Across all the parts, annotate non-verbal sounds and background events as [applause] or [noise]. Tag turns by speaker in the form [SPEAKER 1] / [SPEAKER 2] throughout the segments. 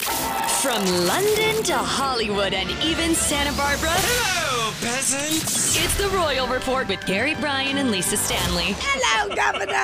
[SPEAKER 1] From London to Hollywood and even Santa Barbara. Hello, peasants. It's the Royal Report with Gary Bryan and Lisa Stanley.
[SPEAKER 2] Hello, Governor!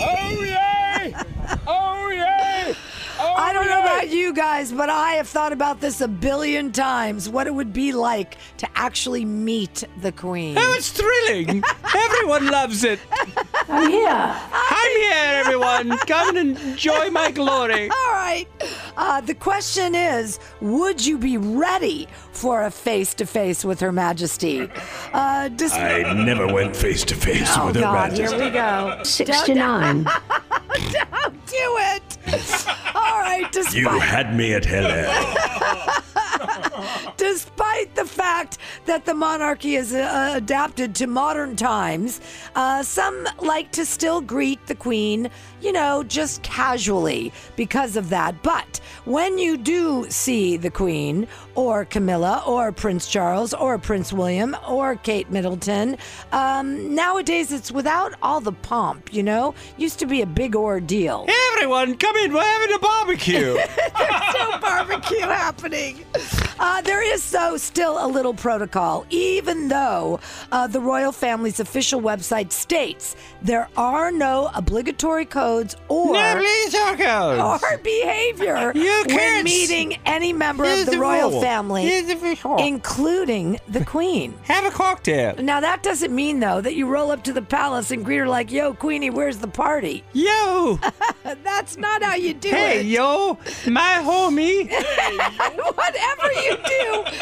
[SPEAKER 3] Oh yay! Oh yay! Oh,
[SPEAKER 4] I don't know about you guys, but I have thought about this a billion times what it would be like to actually meet the Queen.
[SPEAKER 5] Oh, it's thrilling. everyone loves it.
[SPEAKER 6] I'm here.
[SPEAKER 5] I'm here, everyone. Come and enjoy my glory.
[SPEAKER 4] All right. Uh, the question is Would you be ready for a face to face with Her Majesty? Uh, dis-
[SPEAKER 3] I never went face to face
[SPEAKER 4] oh,
[SPEAKER 3] with her
[SPEAKER 4] God,
[SPEAKER 3] majesty.
[SPEAKER 4] here we go.
[SPEAKER 6] 69.
[SPEAKER 4] [laughs] Don't do it. All right. Despite-
[SPEAKER 3] You had me at hello.
[SPEAKER 4] Despite the fact that the monarchy is uh, adapted to modern times, uh, some like to still greet the queen, you know, just casually because of that. But when you do see the queen, or Camilla, or Prince Charles, or Prince William, or Kate Middleton, um, nowadays it's without all the pomp, you know? Used to be a big ordeal.
[SPEAKER 5] Everyone, come in. We're having a
[SPEAKER 4] [laughs]
[SPEAKER 5] barbecue.
[SPEAKER 4] no barbecue happening. Uh, there is, though, still a little protocol, even though uh, the royal family's official website states there are no obligatory codes or.
[SPEAKER 5] no, please, tacos.
[SPEAKER 4] [laughs] or behavior
[SPEAKER 5] [laughs] You
[SPEAKER 4] when
[SPEAKER 5] can't s-
[SPEAKER 4] meeting any member
[SPEAKER 5] Here's
[SPEAKER 4] of the,
[SPEAKER 5] the
[SPEAKER 4] royal
[SPEAKER 5] rule.
[SPEAKER 4] family,
[SPEAKER 5] Here's the Oh. fish hole.
[SPEAKER 4] including the queen.
[SPEAKER 5] Have a cocktail.
[SPEAKER 4] Now that doesn't mean though that you roll up to the palace and greet her like, "Yo, Queenie, where's the party?" [laughs] Uh,
[SPEAKER 5] Yo.
[SPEAKER 4] That's not how you do it.
[SPEAKER 5] Hey, yo. My homie.
[SPEAKER 4] [laughs] Whatever you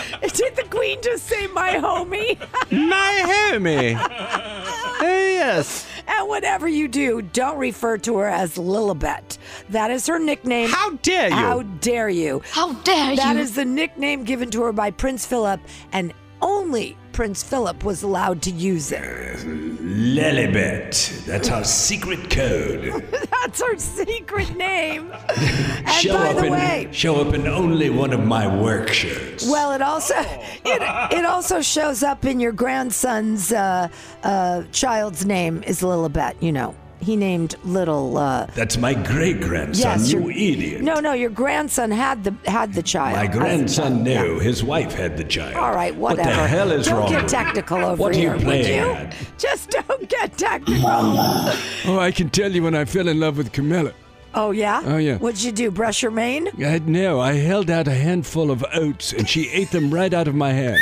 [SPEAKER 5] [laughs]
[SPEAKER 4] do, did the queen just say my homie?
[SPEAKER 5] My
[SPEAKER 4] [laughs]
[SPEAKER 5] homie. Uh, yes.
[SPEAKER 4] and whatever you do, don't refer to her as Lilibet. That is her nickname.
[SPEAKER 5] How dare you?
[SPEAKER 4] How dare you?
[SPEAKER 2] How dare
[SPEAKER 4] That is the nickname given to her by Prince Philip, and only Prince Philip was allowed to use it. [laughs]
[SPEAKER 3] Lelibet. That's our secret code.
[SPEAKER 4] That's her secret name. and
[SPEAKER 3] show
[SPEAKER 4] by
[SPEAKER 3] up
[SPEAKER 4] the
[SPEAKER 3] in
[SPEAKER 4] way,
[SPEAKER 3] show up in only one of my work shirts.
[SPEAKER 4] Well,
[SPEAKER 5] [laughs]
[SPEAKER 4] it also it, it also shows up in your grandson's uh, uh, child's name is Lilibet. You know, he named little. Uh,
[SPEAKER 3] That's my great grandson.
[SPEAKER 4] yes,
[SPEAKER 3] you
[SPEAKER 4] your-
[SPEAKER 3] idiot.
[SPEAKER 4] No, no, your grandson had the had the child.
[SPEAKER 3] My
[SPEAKER 4] as a
[SPEAKER 3] grandson
[SPEAKER 4] child, yeah.
[SPEAKER 3] knew his wife had the child.
[SPEAKER 4] All right, whatever.
[SPEAKER 3] What the hell is
[SPEAKER 4] don't
[SPEAKER 3] wrong?
[SPEAKER 4] get technical over
[SPEAKER 3] What are you
[SPEAKER 4] here, would
[SPEAKER 3] playing
[SPEAKER 4] you?
[SPEAKER 3] at?
[SPEAKER 4] Just don't get
[SPEAKER 3] [clears throat]
[SPEAKER 4] technical.
[SPEAKER 7] Oh, I can tell you when I fell in love with Camilla.
[SPEAKER 4] Oh yeah.
[SPEAKER 7] Oh, yeah.
[SPEAKER 4] What'd you do? Brush your mane?
[SPEAKER 7] I, no, I held out a handful of oats and she ate them right out of my hand.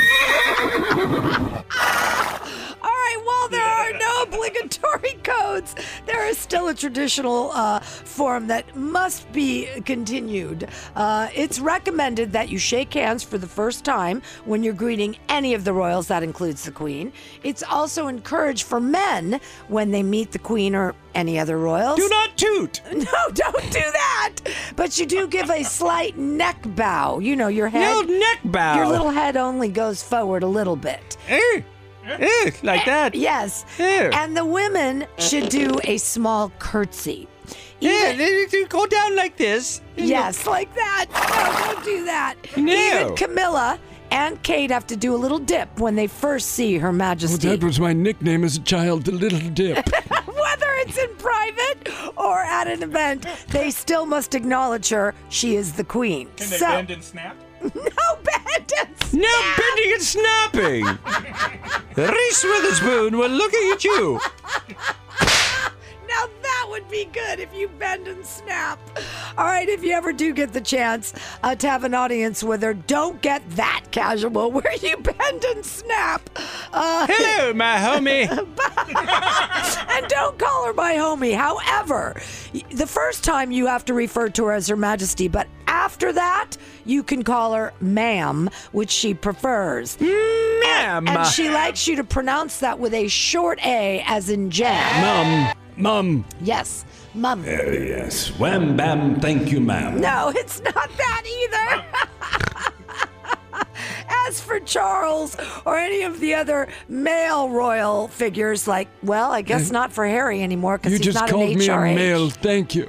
[SPEAKER 4] All right, while there are no [laughs] obligatory codes, there is still a traditional uh, form that must be continued. Uh, it's recommended that you shake hands for the first time when you're greeting any of the royals, that includes the Queen. It's also encouraged for men when they meet the Queen or any other royals.
[SPEAKER 5] Do not toot.
[SPEAKER 4] [laughs] no, don't do that! But you do give a slight neck bow. You know, your
[SPEAKER 5] Yo,
[SPEAKER 4] head.
[SPEAKER 5] neck bow.
[SPEAKER 4] Your little head only goes forward a little bit.
[SPEAKER 5] Eh, eh, like that. Yeah,
[SPEAKER 4] Yes.
[SPEAKER 5] Ew.
[SPEAKER 4] And the women should do a small curtsy.
[SPEAKER 5] yeah.
[SPEAKER 4] Even-
[SPEAKER 5] then you do go down like this.
[SPEAKER 4] yes, like that. No, don't do that.
[SPEAKER 5] No.
[SPEAKER 4] Even Camilla and Kate have to do a little dip when they first see Her
[SPEAKER 7] Well,
[SPEAKER 5] Oh,
[SPEAKER 4] Majesty.
[SPEAKER 7] that was my nickname as a child, the Little Dip.
[SPEAKER 4] [laughs] Whether it's in private or at an event, they still must acknowledge her. She is the queen. Can so,
[SPEAKER 8] and snap?
[SPEAKER 4] [laughs] no bandits.
[SPEAKER 5] No bending and
[SPEAKER 4] [laughs]
[SPEAKER 5] snapping. Reese Witherspoon, we're looking at you.
[SPEAKER 4] Now that would be good if you bend and snap. All right, if you ever do get the chance uh, to have an audience with her, don't get that casual [laughs] where you bend and snap. Uh, [laughs]
[SPEAKER 5] Hello, my homie.
[SPEAKER 4] and don't call her my homie. However, y- the first time you have to refer to her as Her Majesty, but after that, you can call her ma'am, which she prefers.
[SPEAKER 5] Ma'am.
[SPEAKER 4] And she likes you to pronounce that with a short A, as in jam.
[SPEAKER 7] Mum, Mum,
[SPEAKER 4] Yes. mum.
[SPEAKER 3] Oh, yes. Wham bam, thank you, ma'am.
[SPEAKER 4] No, it's not that either. [laughs] As for Charles or any of the other male royal figures, like, well, I guess not for Harry anymore because
[SPEAKER 7] Hmm. You
[SPEAKER 4] he's
[SPEAKER 7] just
[SPEAKER 4] not an
[SPEAKER 7] called me a
[SPEAKER 4] HRH.
[SPEAKER 7] male. Thank
[SPEAKER 4] [laughs]
[SPEAKER 7] you.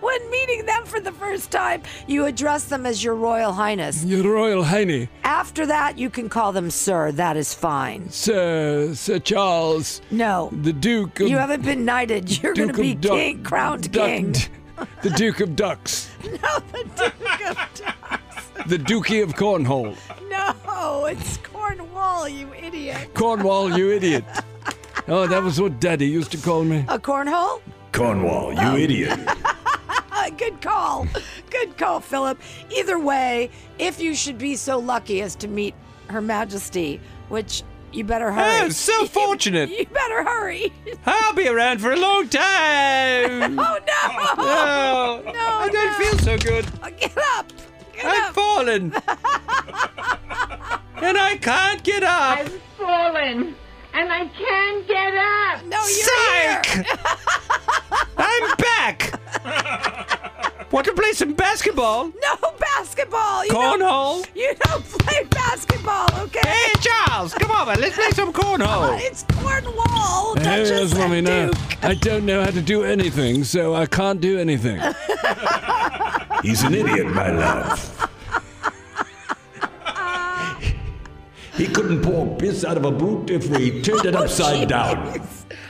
[SPEAKER 4] When meeting them for the first time, you address them as your royal highness.
[SPEAKER 7] Your Royal Highness,
[SPEAKER 4] After that, you can call them sir. That is fine.
[SPEAKER 7] Sir Sir Charles,
[SPEAKER 4] No,
[SPEAKER 7] the Duke of
[SPEAKER 4] you haven't been knighted. [laughs] You're going
[SPEAKER 7] Duke
[SPEAKER 4] to be
[SPEAKER 7] of Duck-
[SPEAKER 4] king, crowned
[SPEAKER 7] Duck-
[SPEAKER 4] king. [laughs]
[SPEAKER 7] [laughs] the Duke of Ducks,
[SPEAKER 4] No, the Duke of Duck.
[SPEAKER 7] the Dookie of Cornhole.
[SPEAKER 4] No, it's Cornwall, you idiot.
[SPEAKER 7] Cornwall, you
[SPEAKER 4] [laughs]
[SPEAKER 7] idiot. Oh, that was what Daddy used to call me.
[SPEAKER 4] A cornhole?
[SPEAKER 3] Cornwall, you idiot.
[SPEAKER 4] Uh, good call. Good call, Philip. Either way, if you should be so lucky as to meet Her Majesty, which you better hurry.
[SPEAKER 5] Oh, so fortunate.
[SPEAKER 4] [laughs] You better hurry.
[SPEAKER 5] I'll be around for a long time.
[SPEAKER 4] [laughs] Oh,
[SPEAKER 5] Oh,
[SPEAKER 4] no.
[SPEAKER 5] I don't
[SPEAKER 4] no.
[SPEAKER 5] feel so good.
[SPEAKER 4] Get up. Get
[SPEAKER 5] I've
[SPEAKER 4] up. [laughs]
[SPEAKER 5] fallen. and I can't get up.
[SPEAKER 6] I've fallen and I can't get up.
[SPEAKER 4] No, you're here. [laughs]
[SPEAKER 5] Psych! I'm back. Want to play some basketball?
[SPEAKER 4] No basketball. You don't-
[SPEAKER 5] Cornhole?
[SPEAKER 4] you don't play basketball, okay?
[SPEAKER 5] Hey, Charles, come over. Let's play some
[SPEAKER 4] Uh,
[SPEAKER 5] cornhole.
[SPEAKER 4] It's Cornwall.
[SPEAKER 7] Hey,
[SPEAKER 4] Duchess
[SPEAKER 7] that's what we
[SPEAKER 4] and
[SPEAKER 7] know.
[SPEAKER 4] Duke.
[SPEAKER 7] I don't know how to do anything, so I can't do anything.
[SPEAKER 3] He's an idiot, my love. He couldn't pour piss out of a boot if we turned it upside down.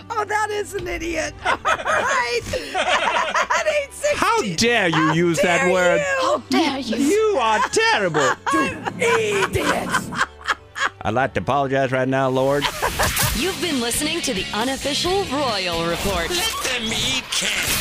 [SPEAKER 4] Oh, that is an idiot. [laughs] All right. [laughs] At 860.
[SPEAKER 5] How dare you use that
[SPEAKER 4] dare
[SPEAKER 5] word?
[SPEAKER 4] you.
[SPEAKER 1] Dare you?
[SPEAKER 5] You are
[SPEAKER 4] [laughs]
[SPEAKER 5] terrible.
[SPEAKER 4] Idiots.
[SPEAKER 5] I'd like to apologize right now, Lord.
[SPEAKER 1] You've been listening to the unofficial Royal Report.
[SPEAKER 3] Let them eat cake.